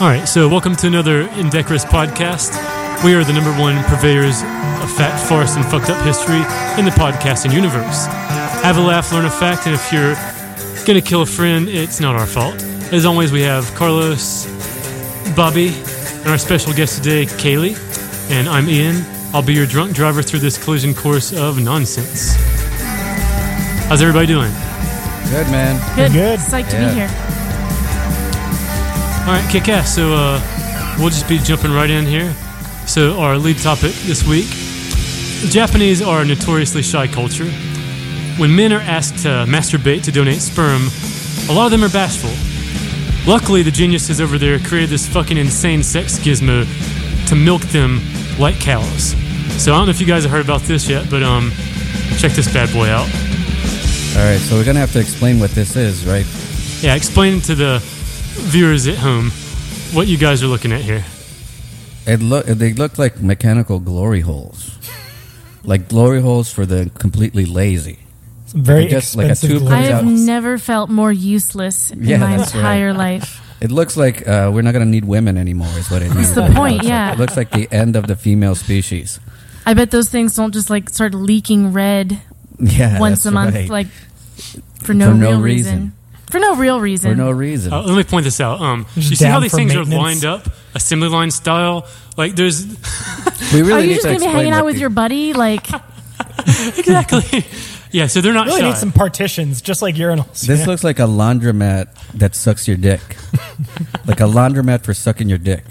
All right, so welcome to another Indecorous podcast. We are the number one purveyors of fat farce and fucked up history in the podcasting universe. Have a laugh, learn a fact, and if you're gonna kill a friend, it's not our fault. As always, we have Carlos, Bobby, and our special guest today, Kaylee, and I'm Ian. I'll be your drunk driver through this collision course of nonsense. How's everybody doing? Good man. Good. Good. Psyched to Yeah. be here. All right, kick ass. So uh, we'll just be jumping right in here. So our lead topic this week: the Japanese are a notoriously shy culture. When men are asked to masturbate to donate sperm, a lot of them are bashful. Luckily, the geniuses over there created this fucking insane sex gizmo to milk them like cows. So I don't know if you guys have heard about this yet, but um, check this bad boy out. All right, so we're gonna have to explain what this is, right? Yeah, explain to the viewers at home what you guys are looking at here. It look they look like mechanical glory holes, like glory holes for the completely lazy. Very I guess, like, a expensive. tube- glory I Turns have out- never felt more useless in Yeah, my that's right. entire life. It looks like uh, we're not gonna need women anymore, is what it means. the point, yeah. It looks like the end of the female species. I bet those things don't just like start leaking red Yeah, once a that's month, right. like for no, For no real reason. reason. For no real reason. for no reason. Oh. Uh, let me point this out. Um, Just you see how down these for things are lined maintenance. up, assembly line style. Like there's we really Are Oh, you need just to gonna be explain hanging what out with the- your buddy? Like, exactly. yeah, so they're not really shy. need some partitions, just like urinals. This you know? looks like a laundromat that sucks your dick, like a laundromat for sucking your dick.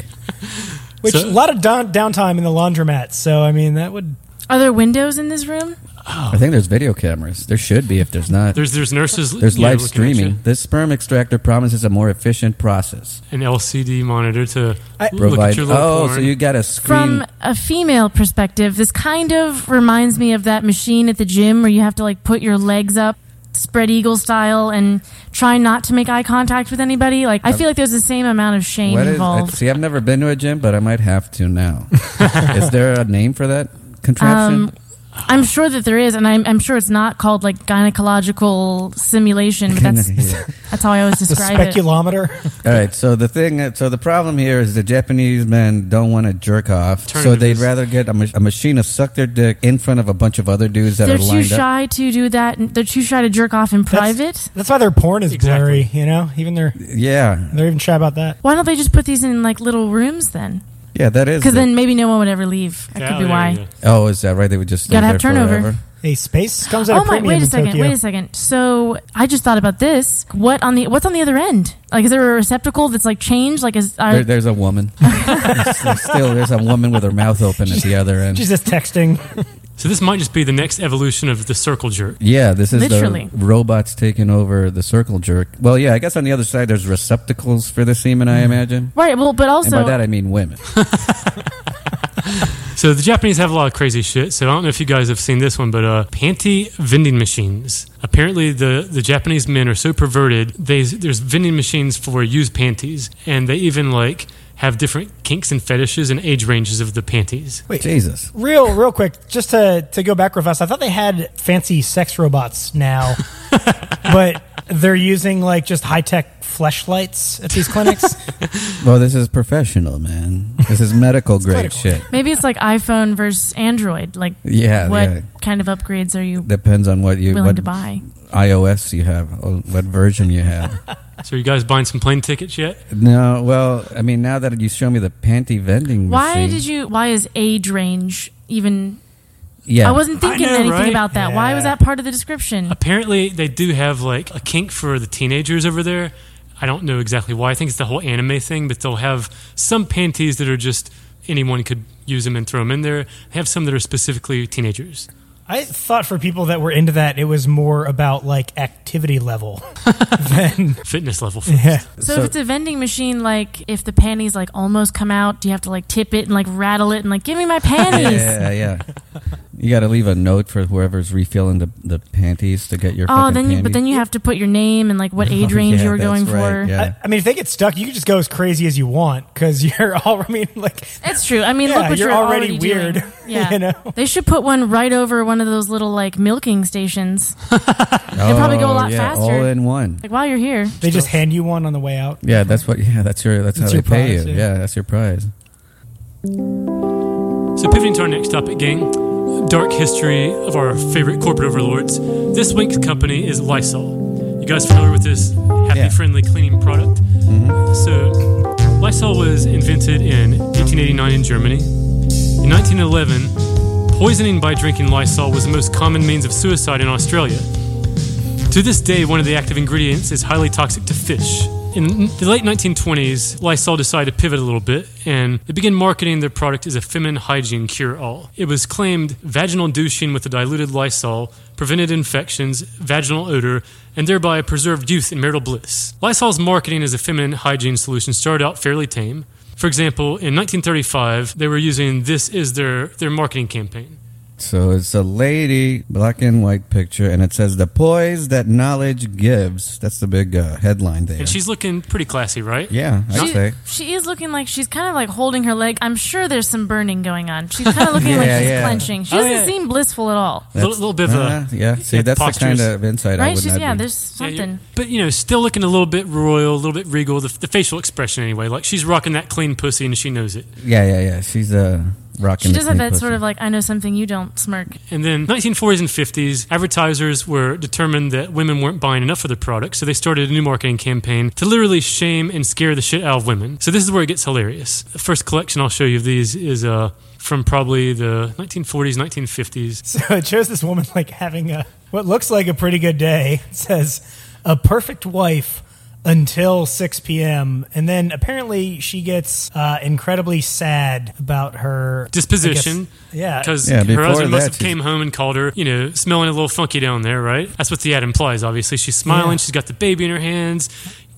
Which So- a lot of down, downtime in the laundromat. So I mean, that would are there windows in this room? Oh. I think there's video cameras. There should be if there's not. there's there's nurses. There's you know, live looking at you. streaming. This sperm extractor promises a more efficient process. An LCD monitor to I- look at Provide. your little Oh, porn. so you got a screen. From a female perspective, this kind of reminds me of that machine at the gym where you have to like put your legs up, spread eagle style, and try not to make eye contact with anybody. Like, I feel like there's the same amount of shame What is- involved. see, I've never been to a gym, but I might have to now. is there a name for that Um, contraption? I'm sure that there is, and I'm, I'm sure it's not called like gynecological simulation. But that's Yeah. that's how I always the describe it. speculometer. All right. So the thing, so the problem here is the Japanese men don't want to jerk off, Turn so into they'd this- rather get a, ma- a machine to suck their dick in front of a bunch of other dudes that They're are too lined up. shy to do that. and They're too shy to jerk off in private. That's why their porn is Exactly. blurry. You know, even they're Yeah, they're even shy about that. why don't they just put these in like little rooms then? yeah, that is. Because the- then maybe no one would ever leave. That Yeah, could be there you why. go. oh, is that right? They would just Gotta live have there turnover. forever? Hey, space comes at Oh a my! premium Wait a in second. Tokyo. Wait a second. So I just thought about this. What on the what's on the other end? Like, is there a receptacle that's like changed? Like, is There, I, there's a woman. There's- there's still, there's a woman with her mouth open at the other end. She's just texting. So this might just be the next evolution of the circle jerk. Yeah, this is Literally. the robots taking over the circle jerk. Well, yeah, I guess on the other side there's receptacles for the semen, I imagine. right? Well, but and by that Mm. also I mean women. So the Japanese have a lot of crazy shit. So I don't know if you guys have seen this one, but uh, panty vending machines. Apparently, the, the Japanese men are so perverted. They there's vending machines for used panties, and they even like have different kinks and fetishes and age ranges of the panties. Jesus. Real, real quick, just to, to go back real fast, I thought they had fancy sex robots now, but they're using like just high tech fleshlights at these clinics. Well, this is professional, man. This is medical grade clinical. shit. maybe it's like iPhone versus Android. Like, Yeah, what yeah. kind of upgrades are you Depends on what you willing what to buy? iOS you have, or what version you have. So you guys buying some plane tickets yet? no, well, I mean, now that you show me the panty vending Why machine, did you? Why is age range even? Yeah, I wasn't thinking know, anything right? about that. Why was Yeah. that part of the description? Apparently, they do have like a kink for the teenagers over there. I don't know exactly why. I think it's the whole anime thing, but they'll have some panties that are just anyone could use them and throw them in there. They have some that are specifically teenagers. I thought for people that were into that, it was more about like activity level than Fitness level first. yeah. So, So- if it's a vending machine, like if the panties like almost come out, do you have to like tip it and like rattle it and like give me my panties? Yeah, yeah. You got to leave a note for whoever's refilling the, the panties to get your. Oh, fucking then you, panty. but then you have to put your name and like what age Oh, range yeah, you were that's going right, for. yeah. I, I mean, if they get stuck, you can just go as crazy as you want because you're all. I mean, like It's true. I mean, Yeah, look what you're you're, already doing. weird, Yeah, you know? they should put one right over one of those little like milking stations. They'll probably go a lot faster. Oh, All in one. Like while you're here, they just hand you one on the way out. Yeah, that's what. Yeah, that's your. That's, That's how your they pay prize, you. yeah. Yeah. that's your prize. So, pivoting to our next topic, gang dark history of our favorite corporate overlords. This week's company is Lysol. You guys familiar with this happy, Yeah. friendly cleaning product? So, Lysol was invented in 1889 in Germany. In 1911, poisoning by drinking Lysol was the most common means of suicide in Australia. To this day, one of the active ingredients is highly toxic to fish. In the late 1920s, Lysol decided to pivot a little bit and they began marketing their product as a feminine hygiene cure all. It was claimed vaginal douching with the diluted Lysol prevented infections, vaginal odor, and thereby preserved youth and marital bliss. Lysol's marketing as a feminine hygiene solution started out fairly tame. For example, in 1935, they were using this is their, their marketing campaign. So it's a lady, black and white picture, and it says the poise that knowledge gives. That's the big uh, headline there. And she's looking pretty classy, right? yeah, I'd she, say. she is looking like she's kind of like holding her leg. I'm sure there's some burning going on. She's kind of looking like Yeah, she's yeah. clenching. She Oh, doesn't yeah. seem blissful at all, A little, little bit of a. Uh, yeah, see, yeah, that's the postures. kind of insight I right? would She's not yeah. be- There's Yeah, you're- something. but you know, still looking a little bit royal, a little bit regal. The, the facial expression, anyway. Like she's rocking that clean pussy, and she knows it. Yeah, yeah, yeah. She's uh, rocking. she the does have clean that pussy. sort of like I know something you don't smirk. And then 1940s and 50s, advertisers were determined that women weren't buying enough of their products, so they started a new marketing campaign to literally shame and scare the shit out of women. So this is where it gets hilarious. The first collection I'll show you of these is uh, from probably the 1940s, 1950s. So it shows this woman like having a what looks like a pretty good day. It says a perfect wife until 6 p.m. and then apparently she gets uh, incredibly sad about her I Disposition. guess- yeah, Because Yeah, Uh, her before husband must that, have she's- came home and called her, you know, smelling a little funky down there, right? That's what the ad implies, obviously. She's smiling, Yeah. she's got the baby in her hands,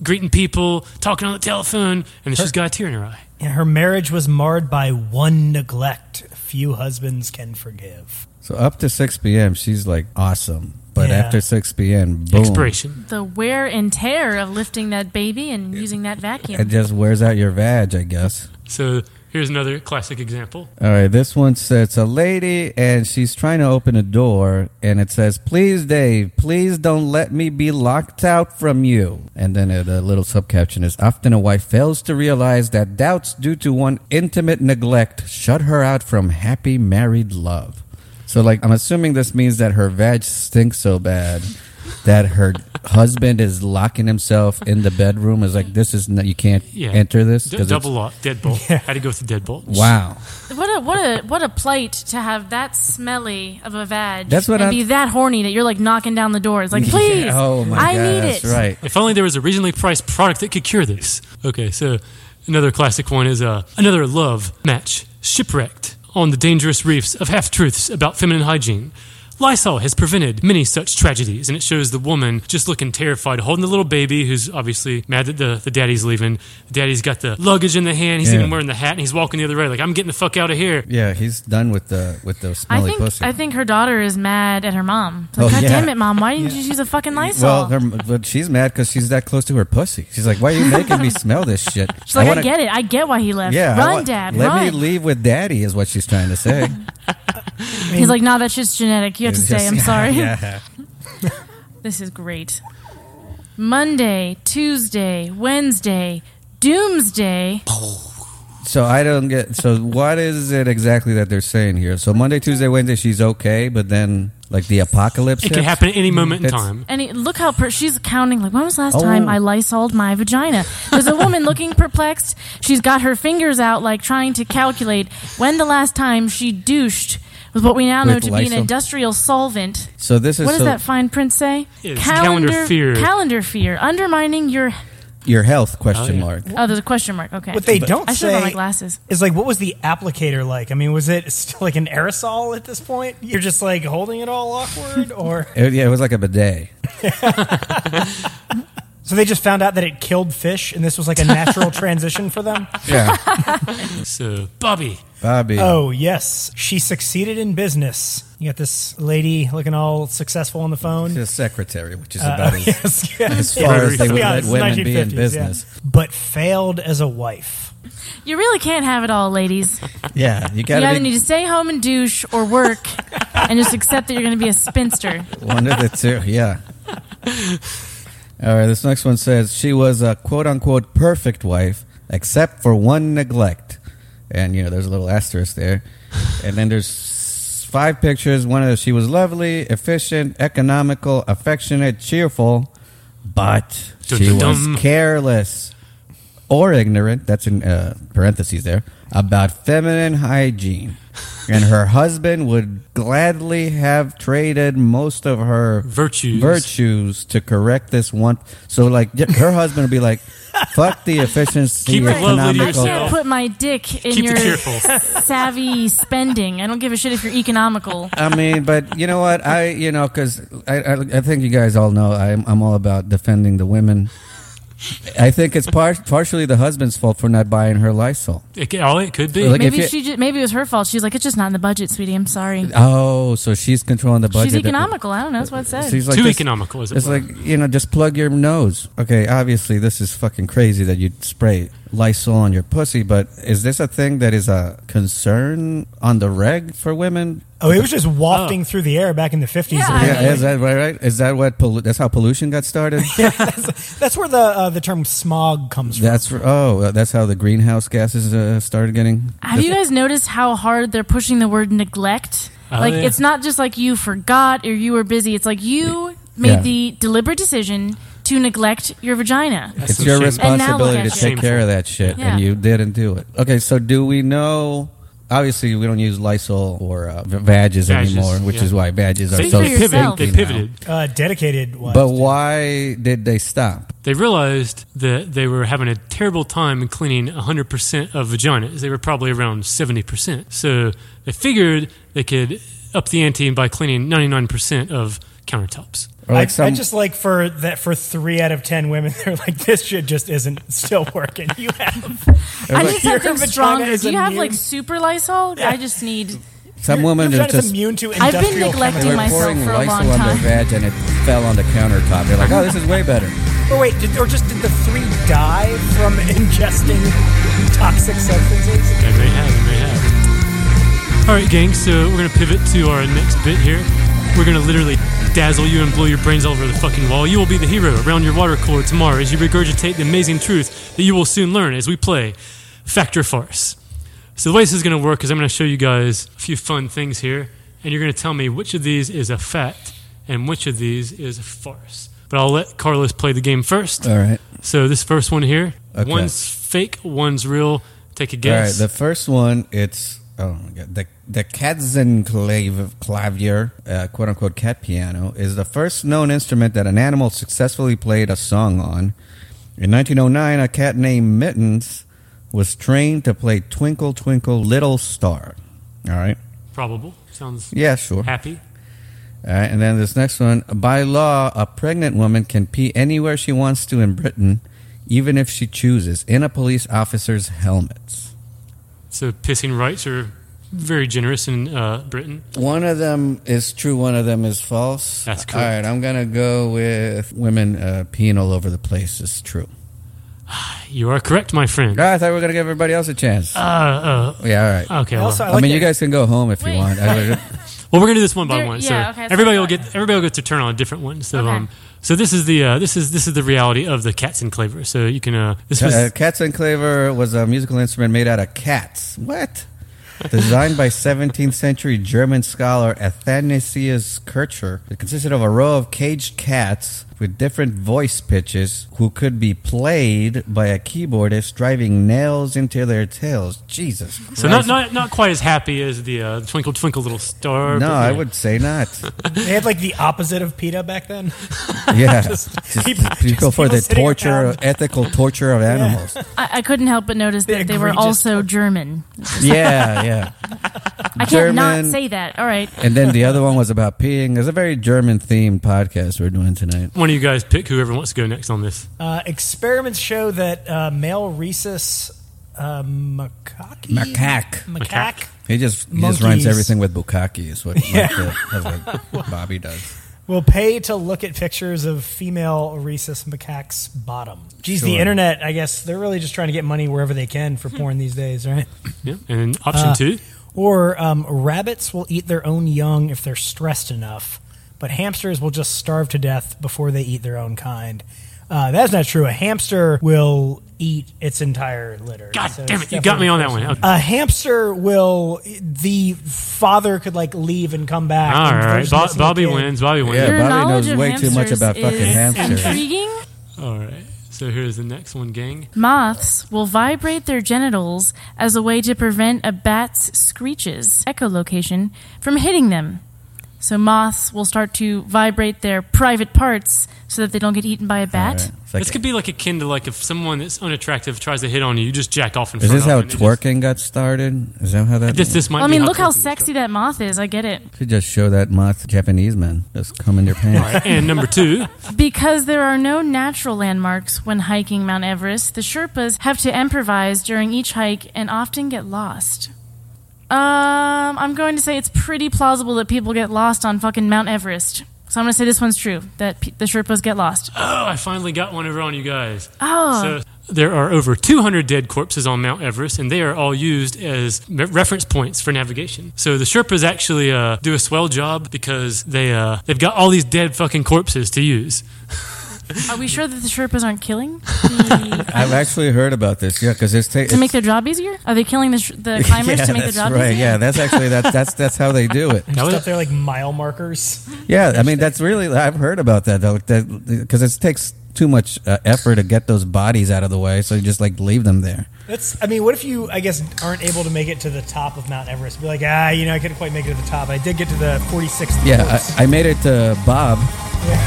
greeting people, talking on the telephone, and then she's got a tear in her eye. Yeah, her marriage was marred by one neglect few husbands can forgive. So up to 6 p.m., she's like awesome. But Yeah. after 6 p.m., boom. Expiration. The wear and tear of lifting that baby and using that vacuum. It just wears out your vag, I guess. So here's another classic example. All right, this one says it's a lady and she's trying to open a door and it says, Please, Dave, please don't let me be locked out from you. And then uh, the little subcaption is Often a wife fails to realize that doubts due to one intimate neglect shut her out from happy married love. So, like, I'm assuming this means that her vag stinks so bad that her husband is locking himself in the bedroom. Is like, this is, not, you can't Yeah. enter this. D- 'cause it's- double lock, deadbolt. Had to go with the deadbolt. Wow. What a what a what a plight to have that smelly of a vag. That's what and I'm- be that horny that you're like knocking down the doors. Like, please, oh, my I God. need That's it. right. If only there was a reasonably priced product that could cure this. Okay, so another classic one is uh, another love match shipwrecked on the dangerous reefs of half truths about feminine hygiene. Lysol has prevented many such tragedies, and it shows the woman just looking terrified, holding the little baby who's obviously mad that the, the daddy's leaving. The daddy's got the luggage in the hand, he's Yeah. even wearing the hat, and he's walking the other way, like, I'm getting the fuck out of here. Yeah, he's done with the with the I smelly think pussy. I think her daughter is mad at her mom. Like, Oh, God yeah. damn it, mom! Why didn't you use a fucking Lysol? well, her, but she's mad because she's that close to her pussy. She's like, "Why are you making me smell this shit?" She's like, I, wanna- get it. I get why he left. Yeah, I run, want- dad, Let run. me leave with daddy is what she's trying to say. He's like, no, that shit's genetic. You have to It's stay. just- I'm sorry. Yeah. This is great. Monday, Tuesday, Wednesday, Doomsday. So I don't get. So what is it exactly that they're saying here? So Monday, Tuesday, Wednesday, she's okay, but then like the apocalypse. It hits? can happen at any moment in It's- time. And it, look how per- she's counting. Like, when was the last Oh. time I lysoled my vagina? There's a woman looking perplexed. She's got her fingers out, like trying to calculate when the last time she douched with what we now know With to be an Lysol? industrial solvent. So this is What does so that fine print say? It's calendar fear. Calendar fear, undermining your. your health question yeah. mark. Oh, there's a question mark. Okay. What they don't I should say have my glasses. is like, what was the applicator like? I mean, was it still like an aerosol at this point? You're just like holding it all awkward, or It- yeah, it was like a bidet. so they just found out that it killed fish, and this was like a natural transition for them. Yeah. So, Bobby, Bobby. Oh, yes. She succeeded in business. You got this lady looking all successful on the phone. His secretary, which is Uh, about as, yes, yes. as far as Let's they would be let honest, women be in 1950s, yeah. business. But failed as a wife. You really can't have it all, ladies. Yeah, you You gotta either be need to stay home and douche or work and just accept that you're going to be a spinster. one of the two. Yeah. All right, this next one says she was a quote unquote perfect wife, except for one neglect. And, you know, there's a little asterisk there. And then there's five pictures. One of those, she was lovely, efficient, economical, affectionate, cheerful, but Dun, she dun, dun. was careless or ignorant, that's in uh, parentheses there, about feminine hygiene. And her husband would gladly have traded most of her Virtues. virtues to correct this one. So, like, y- her husband would be like, fuck the efficiency, Keep it lovely to I yourself. economical. Yourself. can't put my dick in Keep it your cheerful. savvy spending. I don't give a shit if you're economical. I mean, but you know what? I, you know, because I, I, I think you guys all know I'm, I'm all about defending the women. I think it's par- partially the husband's fault for not buying her Lysol. It, ca- all it could be. Like- if Maybe you- she ju- maybe it was her fault. She's like, it's just not in the budget, sweetie. I'm sorry. Oh, so she's controlling the budget. She's that the- economical. I don't know. That's what it says. She's like Too this- economical, is it? It's were? like you know, just plug your nose. Okay, obviously this is fucking crazy that you spray Lysol on your pussy, but is this a thing that is a concern on the reg for women? Oh, it was just wafting Oh. through the air back in the 50s. Yeah, I Yeah, mean- is that right? Right? Is that what? Pollu- that's how pollution got started. That's where the uh, the term smog comes from. that's oh, that's how the greenhouse gases uh, started getting. Have you guys noticed how hard they're pushing the word neglect? Oh, like yeah. it's not just like you forgot or you were busy. It's like you made Yeah. the deliberate decision to neglect your vagina. It's some your shame. And now responsibility look to at take you. care of that shit, Yeah. and you didn't do it. Okay, so do we know? Obviously, we don't use Lysol or uh, v- badges, Badges, anymore, which yeah. is why badges are They, so they pivoted. yourself. They You know. pivoted. Uh, dedicated was. But why did they stop? They realized that they were having a terrible time cleaning 100% of vaginas. They were probably around 70%. So they figured they could up the ante by cleaning 99% of countertops. Or I, I just like for that for three out of ten women, they're like, this shit just isn't still working. You have I like- need Your something vagina stronger. is Do you have immune. like super Lysol? I just need. some your women are vagina's just immune to I've been industrial neglecting they were chemicals. myself pouring for a Lysol long on time. their veg and it fell on the countertop. They're like, oh, this is way better. Oh wait, did, or just did the three die from ingesting toxic substances? They may have, they may have. All right, gang, so we're going to pivot to our next bit here. We're going to literally dazzle you and blow your brains all over the fucking wall. You will be the hero around your water cooler tomorrow as you regurgitate the amazing truth that you will soon learn as we play Factor Farce. So the way this is going to work is I'm going to show you guys a few fun things here, and you're going to tell me which of these is a fact and which of these is a farce. But I'll let Carlos play the game first. All right. So this first one here, Okay. one's fake, one's real. Take a All right. guess. The first one, it's oh my god, the the Katzenclave clavier, uh, quote unquote cat piano, is the first known instrument that an animal successfully played a song on. In 1909, a cat named Mittens was trained to play "Twinkle Twinkle Little Star." All right. Probable. Sounds Yeah, sure. happy. All right, and then this next one. By law, a pregnant woman can pee anywhere she wants to in Britain, even if she chooses, in a police officer's helmet. So pissing rights are very generous in uh, Britain. One of them is true, one of them is false. That's All right, I'm going to go with women uh, peeing all over the place is true. You are correct, my friend. Uh, Ah, I thought we were going to give everybody else a chance. uh, yeah, all right. okay. Well, Also, I I, like mean, that- you guys can go home if Wait. you want. I- well, we're gonna do this one by There- one. yeah, so okay, that's everybody will what I get everybody will get to turn on a different one. So Okay. um, so this is the uh, this is this is the reality of the cats and claver. So you can uh, this was Uh, Katzenclaver was a musical instrument made out of cats. What? Designed by 17th century German scholar Athanasius Kircher, it consisted of a row of caged cats with different voice pitches who could be played by a keyboardist driving nails into their tails. Jesus Christ. so not, not not quite as happy as the uh, twinkle twinkle little star. no, but, I yeah. would say not. They had like the opposite of PETA back then. Yeah. Just Just keep- people just for people the sitting torture, around. ethical torture of animals. I, I couldn't help but notice The that they were egregious- also German. Yeah, yeah. I can't not German. say that. All right. And then the other one was about peeing. It's a very German themed podcast we're doing tonight. One of you guys pick whoever wants to go next on this. Uh, experiments show that uh, male rhesus uh, macaque. Macaque. Macaque. He just he just rhymes Monkeys. everything with bukkake is what like the- that's what Bobby does. will pay to look at pictures of female rhesus macaques' bottom. Geez, the Sure. internet, I guess, they're really just trying to get money wherever they can for Hmm. porn these days, right? Yeah. And Uh, option two, Or um, rabbits will eat their own young if they're stressed enough, but hamsters will just starve to death before they eat their own kind. Uh, that's not true. A hamster will eat its entire litter. God So damn it's it, you got me definitely- on that one. Okay. a hamster will the father could like leave and come back. All and right, first Bo- missing a Bobby kid. wins. Bobby wins. Yeah, Your Bobby knowledge knows of way too much hamsters about fucking is hamsters. Intriguing. All right. So here's the next one, gang. Moths will vibrate their genitals as a way to prevent a bat's screeches, echolocation, from hitting them. So moths will start to vibrate their private parts so that they don't get eaten by a bat. Alright. It's like- This could be like akin to like if someone that's unattractive tries to hit on you, you just jack off in is front this of how them and it twerking got started? Is that how that? Just, this, this might Well, I mean, be look how twerking was sexy that moth is. I get it. Could just show that moth Japanese man just come in their pants. started. And number two, Because there are no natural landmarks when hiking Mount Everest, the Sherpas have to improvise during each hike and often get lost. Um, I'm going to say it's pretty plausible that people get lost on fucking Mount Everest. So I'm going to say this one's true that pe- the Sherpas get lost. oh, I finally got one over on you guys. Oh, So there are over 200 dead corpses on Mount Everest, and they are all used as me- reference points for navigation. So the Sherpas actually uh, do a swell job because they uh, they've got all these dead fucking corpses to use. are we sure that the Sherpas aren't killing the, I've actually heard about this. Yeah, because it's, ta- to make their job easier? Are they killing the, sh- the it's- climbers yeah, to make their that's job right. easier? Yeah, that's actually that's that's that's how they do it. That Just was- up there like mile markers. Yeah, I mean that's really I've heard about that though, because it takes too much uh, effort to get those bodies out of the way, so you just like leave them there. That's. I mean, what if you? I guess aren't able to make it to the top of Mount Everest? Be like, ah, you know, I couldn't quite make it to the top. I did get to the forty sixth. Yeah, I, I made it to Bob.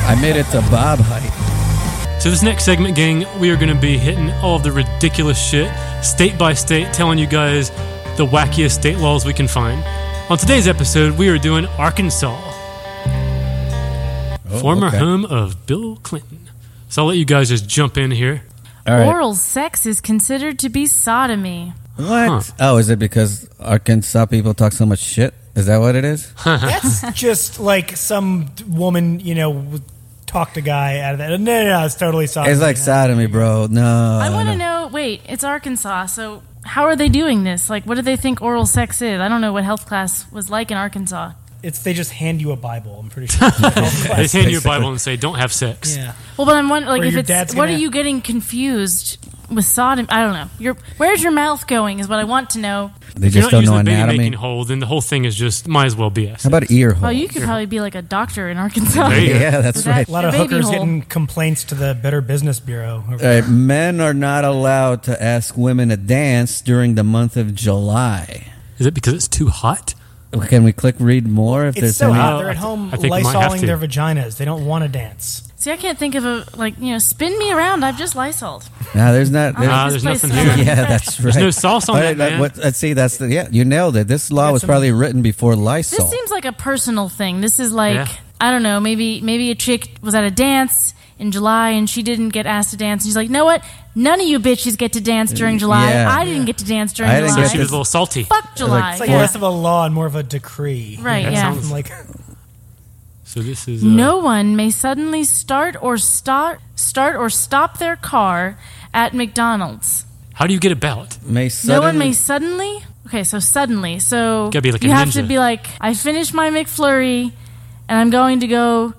I made it to Bob height. So this next segment, gang, we are going to be hitting all of the ridiculous shit, state by state, telling you guys the wackiest state laws we can find. On today's episode, we are doing Arkansas, Oh, former okay. home of Bill Clinton. So I'll let you guys just jump in here. All right. Oral sex is considered to be sodomy. What? Oh, is it because Arkansas people talk so much shit? Is that what it is? That's just like some d- woman, you know, w- talked a guy out of that. No, no, no it's totally sodomy. It's like Yeah. sodomy, bro. No. I Uh, want no. to know. Wait, it's Arkansas, so how are they doing this? Like, what do they think oral sex is? I don't know what health class was like in Arkansas. It's they just hand you a Bible. I'm pretty sure. They hand you a basically- Bible and say, "Don't have sex." yeah. Well, but I'm wondering, Or like, if your it's dad's what are gonna- you getting confused with sodomy? I don't know. Your where's your mouth going is what I want to know. They If you're not just don't using know the baby anatomy. making hole, then the whole thing is just might as well BS. How about ear hole? Oh, you could probably be like a doctor in Arkansas. There you go. yeah, that's With that- right. A lot of The baby hookers hole. getting complaints to the Better Business Bureau. All right, men are not allowed to ask women to dance during the month of July. Is it because it's too hot? Can we click read more if It's there's so any? hot. They're I at th- home I think we might have lysoling to. their vaginas. They don't want to dance. See, I can't think of a like you know, spin me around. I've just lysoled. No, there's not. There's, Ah, This there's place nothing smells here. like yeah, fresh. that's right. no sauce on All that, right, let- man. what- let's see. That's the yeah. You nailed it. This law Get was some- probably written before This Lysol. seems like a personal thing. This is like Yeah. I don't know, maybe maybe a chick was at a dance in July and she didn't get asked to dance. And she's like, "Know what? None of you bitches get to dance during July. Yeah. I didn't get to dance during I didn't July. get She was a little salty. Fuck July." It's like Yeah. less of a law and more of a decree. Right, That yeah. sounds- I'm like, So this is uh, no one may suddenly start or start start or stop their car at McDonald's. How do you get about? may no one suddenly- may suddenly. Okay, so suddenly, so Gotta be like you a have ninja. to be like, I finished my McFlurry, and I'm going to go.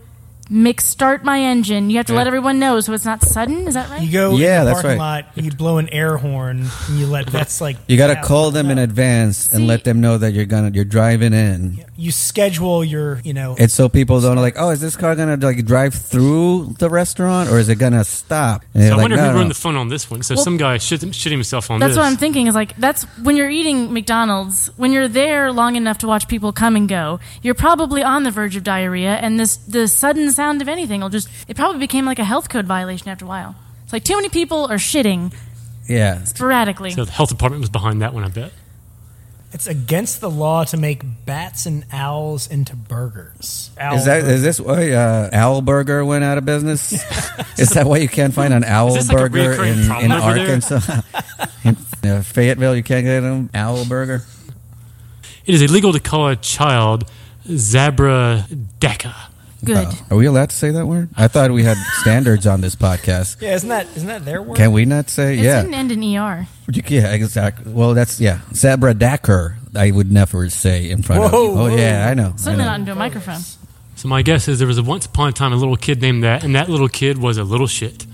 Mix start my engine. You have to Yeah. let everyone know, so it's not sudden. Is that right? you go Yeah, in the that's parking right. lot, you blow an air horn, and you let that's like You got to yeah, call them in advance and See- let them know that you're gonna you're driving in. You schedule your, you know, It's so people don't like. Oh, is this car gonna like drive through the restaurant or is it gonna stop? And So they're I like, wonder no, who no, ruined no. the fun on this one. So Well, some guy shit, shit himself on That's this. what I'm thinking. Is like that's when you're eating McDonald's. When you're there long enough to watch people come and go, you're probably on the verge of diarrhea, and this the sudden sound of anything will just. It probably became like a health code violation after a while. It's like too many people are shitting Yeah, sporadically. So the health department was behind that one, I bet. it's against the law to make bats and owls into burgers. Owl is that burger. is this why uh, Owl Burger went out of business? is that why you can't find an Owl this like a Burger reoccurring in, in problem over there? Arkansas? in You know, Fayetteville, you can't get them. Owl burger. It is illegal to call a child Zabradeca. Good. Oh. Are we allowed to say that word? I thought we had standards on this podcast. Yeah, isn't that isn't that their word? Can we not say? It yeah. didn't end in ER. You- Yeah, exactly. Well, that's yeah. Zabra Dacker, I would never say in front of. Whoa, You. Oh whoa. yeah, I know. I Certainly know. not into a microphone. So my guess is there was a once upon a time a little kid named that, and that little kid was a little shit.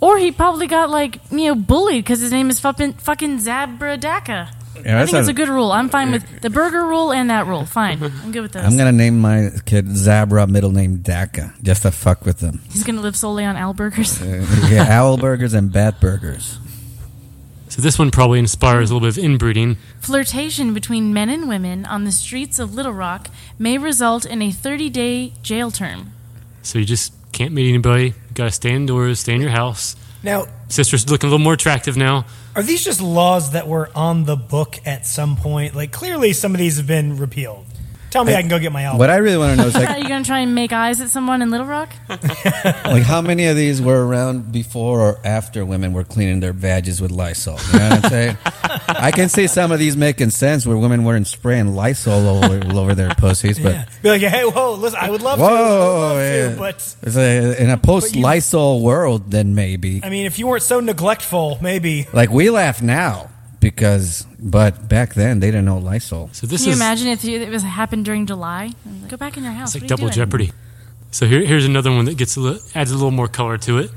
Or he probably got like you know bullied because his name is fucking fucking Zabradaka. Yeah, I that think it's sounds- a good rule. I'm fine with the burger rule and that rule. Fine, I'm good with those. I'm gonna name my kid Zabra, middle name Daka, just to fuck with them. He's gonna live solely on Al burgers. yeah, owl burgers and bat burgers. So this one probably inspires a little bit of inbreeding. Flirtation between men and women on the streets of Little Rock may result in a 30-day jail term. So you just can't meet anybody. You gotta stay indoors, stay in your house. Now, Sister's looking a little more attractive now. are these just laws that were on the book at some point? Like clearly some of these have been repealed. Tell me I, can go get my album. What I really want to know is Are like, you gonna try and make eyes at someone in Little Rock? like how many of these were around before or after women were cleaning their badges with Lysol? You know what I'm saying? I can see some of these making sense where women weren't spraying Lysol all over, all over their pussies, but. yeah. Be like, hey, whoa, listen, I would love to, I would Whoa! love yeah. to, but It's a- in a post Lysol world, then maybe I mean, if you weren't so neglectful, maybe. Like we laugh now because, but back then they didn't know Lysol. So this Can you is imagine if it was happened during July? Like, Go back in your house. it's like What are you double doing? jeopardy. So here, here's another one that gets a little, adds a little more color to it.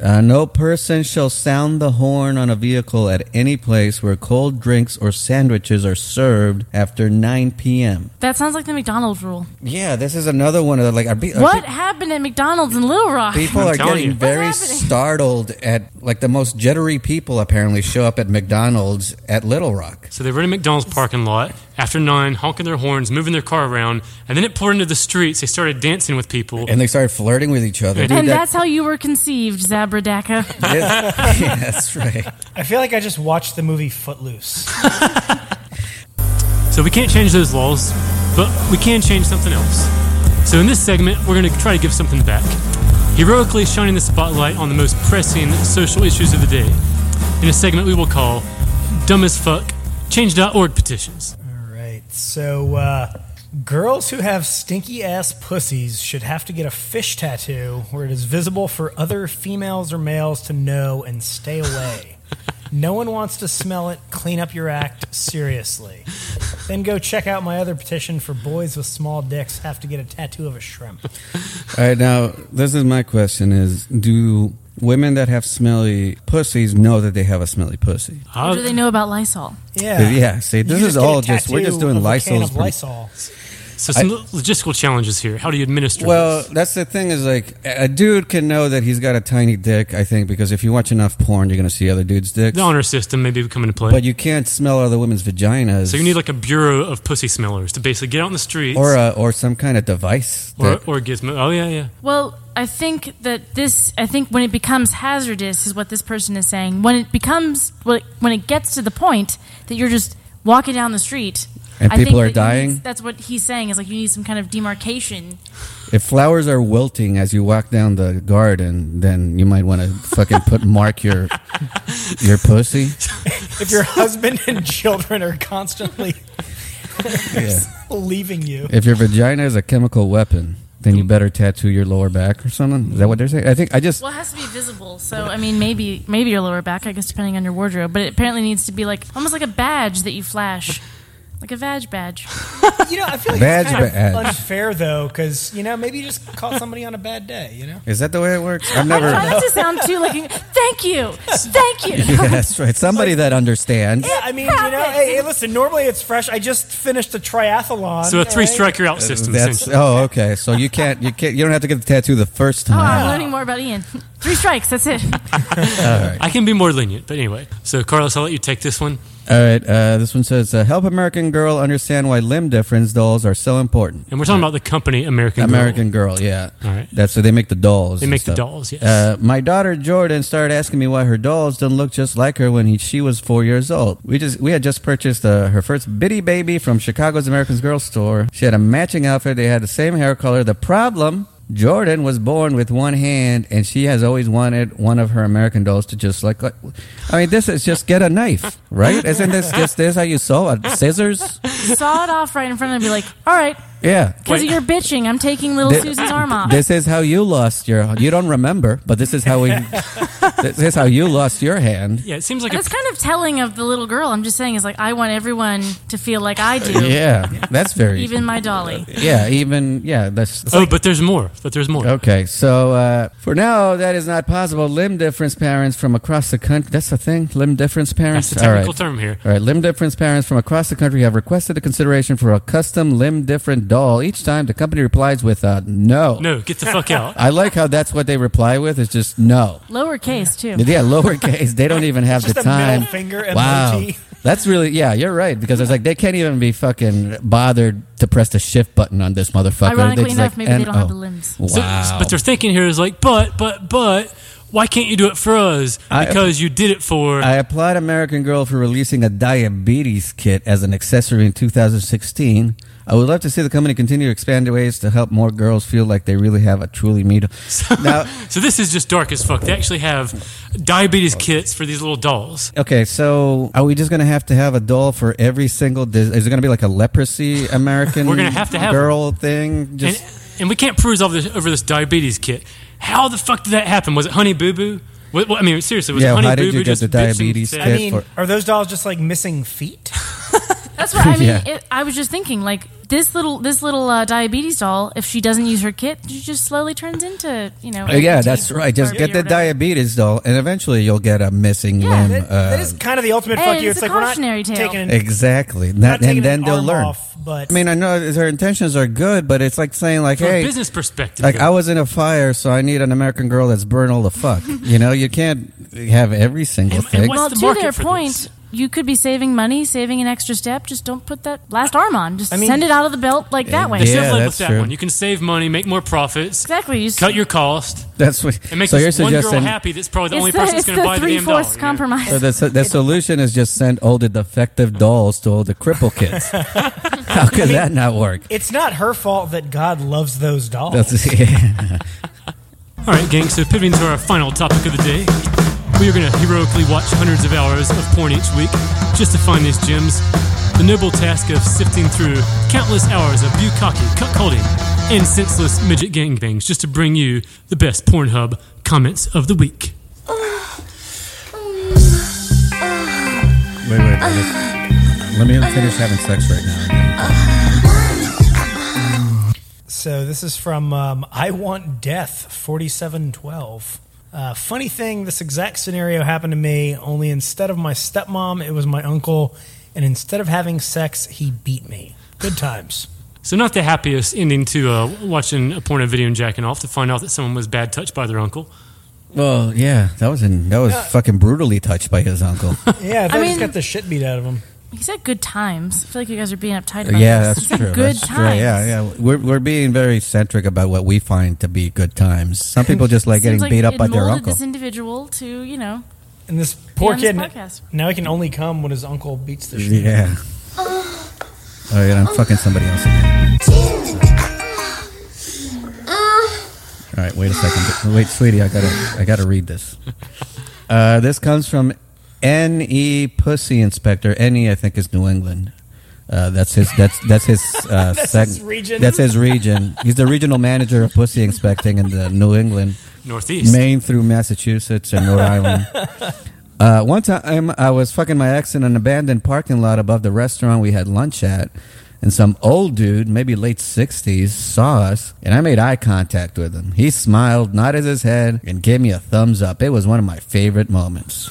Uh, no person shall sound the horn on a vehicle at any place where cold drinks or sandwiches are served after 9 p.m. That sounds like the McDonald's rule. Yeah, this is another one of the, like are be- are What pe- happened at McDonald's in Little Rock? People I'm are telling getting you. very What's happening? startled at like the most jittery people apparently show up at McDonald's at Little Rock. So they were in a McDonald's parking lot after nine, honking their horns, moving their car around, and then it poured into the streets. They started dancing with people. And they started flirting with each other. Dude, and that- that's how you were conceived, Zabradaka. yeah, yeah, that's right. I feel like I just watched the movie Footloose. So we can't change those laws, but we can change something else. So in this segment, we're going to try to give something back, heroically shining the spotlight on the most pressing social issues of the day. In a segment we will call "Dumb as Fuck." Change.org petitions. All right. So, uh, girls who have stinky ass pussies should have to get a fish tattoo where it is visible for other females or males to know and stay away. no one wants to smell it. Clean up your act seriously. Then go check out my other petition for boys with small dicks have to get a tattoo of a shrimp. All right, now this is my question: Is do women that have smelly pussies know that they have a smelly pussy? What do they know about Lysol? Yeah. Yeah, see, You this just is get a all just- we're just tattoo doing of a can Lysol's of pretty- Lysol. So some logistical challenges here. How do you administer? Well, this? that's the thing is like a dude can know that he's got a tiny dick. I think because if you watch enough porn, you're gonna see other dudes' dicks. the honor system maybe would come into play. but you can't smell other women's vaginas. so you need like a bureau of pussy smellers to basically get out in the streets or a, or some kind of device. or, that- or gizmo. Oh yeah, yeah. Well, I think that this, I think when it becomes hazardous is what this person is saying. When it becomes, when it- when it gets to the point that you're just walking down the street. And I think people are that you need- dying? that's what he's saying is like you need some kind of demarcation. if flowers are wilting as you walk down the garden, then you might want to fucking put mark your your pussy. If your husband and children are constantly Yeah. leaving you. If your vagina is a chemical weapon, then you better tattoo your lower back or something. Is that what they're saying? I think I just Well, it has to be visible. So, I mean, maybe maybe your lower back, I guess, depending on your wardrobe. But it apparently needs to be like almost like a badge that you flash, like a vag badge. You know, I feel like Badge it's kind badge. of unfair though, because you know maybe you just caught somebody on a bad day. You know, is that the way it works? I've I never. try not to sound too like, thank you, thank you. Yeah, that's right. Somebody that understands. yeah. I mean, you know, hey, hey, listen. Normally it's fresh. I just finished a triathlon. So a all three right? strike you're out system. Uh, That's essentially. oh okay. So you can't you can't you don't have to get the tattoo the first Oh, I'm time. learning more about Ian. Three strikes, that's it. I can be more lenient, but anyway. So Carlos, I'll let you take this one. All right. Uh, this one says uh, help American girl understand why limb difference dolls are so important. And we're talking about the company American Girl. American girl, yeah. All right. That's so they make the dolls. They and make the stuff. dolls, yes. Uh, my daughter Jordan started asking me why her dolls didn't look just like her when he, she was four years old. We just we had just purchased uh, her first Bitty Baby from Chicago's American Girl store. She had a matching outfit. They had the same hair color. The problem Jordan was born with one hand, and she has always wanted one of her American dolls to just like. like- I mean, this is just get a knife, right? Isn't this just this how you sew it? Scissors? Saw it off right in front of me, like, all right, Yeah. because Wait. of your bitching, I'm taking little Thi- Susie's arm off. This is how you lost your. You don't remember, but this is how we. this is how you lost your hand. Yeah, it seems like and a it's kind of telling of the little girl. I'm just saying, is like, I want everyone to feel like I do, Yeah, that's very. even my dolly. yeah, even yeah. That's Oh, but there's more. But there's more. Okay, so uh, for now, that is not possible. Limb difference parents from across the country. That's the thing. Limb difference That's parents. the technical All right. term here. All right, limb difference parents from across the country have requested a consideration for a custom limb different doll. Each time, the company replies with uh, no. No, get the fuck out. I like how that's what they reply with. It's just no. Lowercase too. Yeah, lowercase. They don't even have Just the a middle time. finger wow. emoji. That's really yeah. You're right because it's like they can't even be fucking bothered to press the shift button on this motherfucker. Ironically They just enough, like, maybe they N- don't have oh. the limbs. So- Wow. but their thinking here is like, but, but, but, why can't you do it for us? I- Because you did it for. I applaud American Girl for releasing a diabetes kit as an accessory in 2016. I would love to see the company continue to expand their ways to help more girls feel like they really have a truly meet. now, so this is just dark as fuck. They actually have diabetes kits for these little dolls. okay, so are we just going to have to have a doll for every single? Dis- is it going to be like a leprosy American We're gonna have to have girl thing? Just and, and we can't peruse all this over this diabetes kit. How the fuck did that happen? Was it Honey Boo Boo? What, what- I mean, seriously, was Yeah, Honey why did Boo you Boo get just the bitching and diabetes saying- I kit? mean, for- are those dolls just like missing feet? That's what I mean. Yeah. It, I was just thinking, like this little this little uh, diabetes doll. If she doesn't use her kit, she just slowly turns into you know. Uh, yeah, a that's teeth right. Just Barbie get or the whatever. diabetes doll, and eventually you'll get a missing Yeah, limb. That, uh, that is kind of the ultimate Hey, fuck you. it's It's, a like we're not cautionary tale. taking an, Exactly. not Not, taking and an then they'll arm learn. off, but I mean, I know her intentions are good, but it's like saying, like, From a hey, business perspective, like oh, I was in a fire, so I need an American girl that's burned all the fuck. you know, you can't have every single And- and thing. what's Well, the to market their for point, this? you could be saving money, saving an extra step. Just don't put that last arm on. Just mean- send it out of the belt like that way. they should have Yeah, led with that's that true. one. You can save money, make more profits, Exactly. You s- cut your cost, that's what. and make so you're this one girl suggesting. happy. That's probably the it's only the, person that's it's going to buy the the three damn doll. fourths you know? compromise. So the, so the solution is just send all the defective dolls to all the cripple kids. How could that not work? it's not her fault that God loves those dolls. That's, yeah. All right, gang. So pivoting to our final topic of the day, we are going to heroically watch hundreds of hours of porn each week just to find these gems. The noble task of sifting through countless hours of bukkake, cuckolding, and senseless midget gangbangs just to bring you the best Pornhub comments of the week. Wait, wait, wait. Let me finish having sex right now. So this is from um, I Want Death 4712. Uh, funny thing, this exact scenario happened to me, only instead of my stepmom, it was my uncle, and instead of having sex, he beat me. Good times. So not the happiest ending to uh, watching a porno video and jacking off to find out that someone was bad touched by their uncle. Well, yeah, that was in, that Uh, was fucking brutally touched by his uncle. Yeah, I thought I he just mean- got the shit beat out of him. He said good times. I feel like you guys are being uptight about Yeah, this. that's He said true. Good That's true. times. Yeah, yeah. We're, we're being very centric about what we find to be good times. Some people just like getting Seems like beat up it by their molded uncle. This individual to you know. And this poor on this kid, podcast. now he can only come when his uncle beats the shit. out of him. Yeah. Oh, yeah, I'm fucking somebody else again. All right, wait a second. Wait, sweetie, I gotta, I gotta read this. Uh, this comes from N.E. Pussy Inspector. N.E. I think is New England. Uh, that's his. That's that's his. Uh, That's his region. That's his region. He's the regional manager of pussy inspecting in the New England. Northeast. Maine through Massachusetts and Rhode Island. Uh, one time, I was fucking my ex in an abandoned parking lot above the restaurant we had lunch at, and some old dude, maybe late 60s, saw us, and I made eye contact with him. He smiled, nodded his head, and gave me a thumbs up. It was one of my favorite moments.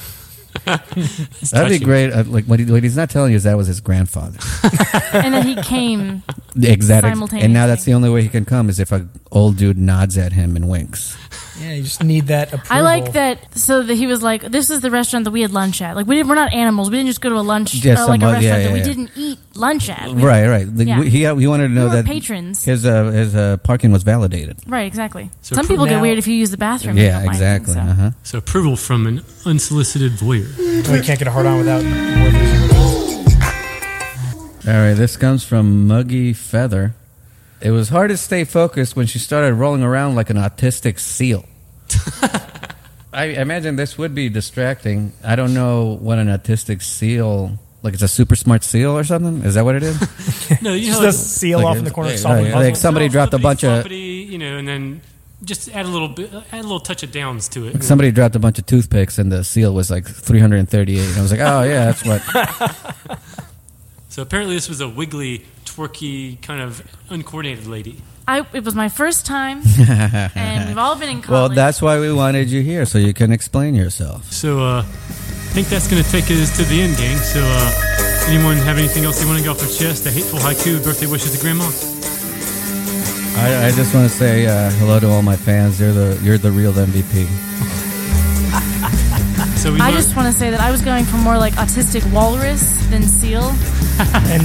That'd be touching. great. Uh, like what, he, what he's not telling you is that was his grandfather. And then he came. exactly. And now Simultaneously. that's the only way he can come is if an old dude nods at him and winks. Yeah, you just need that approval. I like that. So that he was like, "This is the restaurant that we had lunch at. Like we didn't, we're not animals. We didn't just go to a lunch Yeah, or like some- yeah, a restaurant yeah, that we yeah. didn't eat lunch at. We- Right, right. The- Yeah. He, he wanted to know were that patrons. His uh, his uh, parking was validated. Right, exactly. So Some pro- people get now- weird if you use the bathroom. They yeah, don't mind exactly. things, so. Uh huh. So approval from an unsolicited voyeur. We can't get a hard on without. All right, this comes from Muggy Feather. It was hard to stay focused when she started rolling around like an autistic seal. I imagine this would be distracting. I don't know what an autistic seal, like it's a super smart seal or something. Is that what it is? No, you Just know, a seal like off a- in the corner yeah, solving yeah, puzzles. like somebody dropped a bunch of- floppity, you know, and then just add a little bit, add a little touch of downs to it. Like somebody dropped a bunch of toothpicks and the seal was like 338. And I was like, oh yeah, that's what. So apparently, this was a wiggly, twerky, kind of uncoordinated lady. I, it was my first time, and we've all been in Well, college. that's why we wanted you here so you can explain yourself. So uh, I think that's going to take us to the end, gang. So uh, anyone have anything else they want to get off their chest? A hateful haiku, birthday wishes to grandma. I, I just want to say uh, hello to all my fans. You're the you're the real MVP. So we I learned, just want to say that I was going for more like autistic walrus than seal. And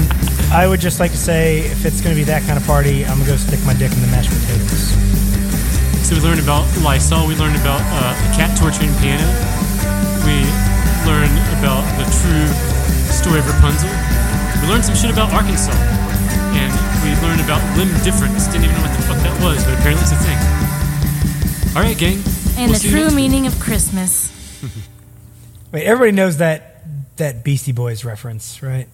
I would just like to say, if it's going to be that kind of party, I'm going to go stick my dick in the mashed potatoes. so we learned about Lysol. We learned about uh, a cat torturing a piano. We learned about the true story of Rapunzel. We learned some shit about Arkansas, and we learned about limb difference. Didn't even know what the fuck that was, but apparently it's a thing. All right, gang. And We'll the see you next week. true meaning of Christmas. Wait, everybody knows that that Beastie Boys reference, right?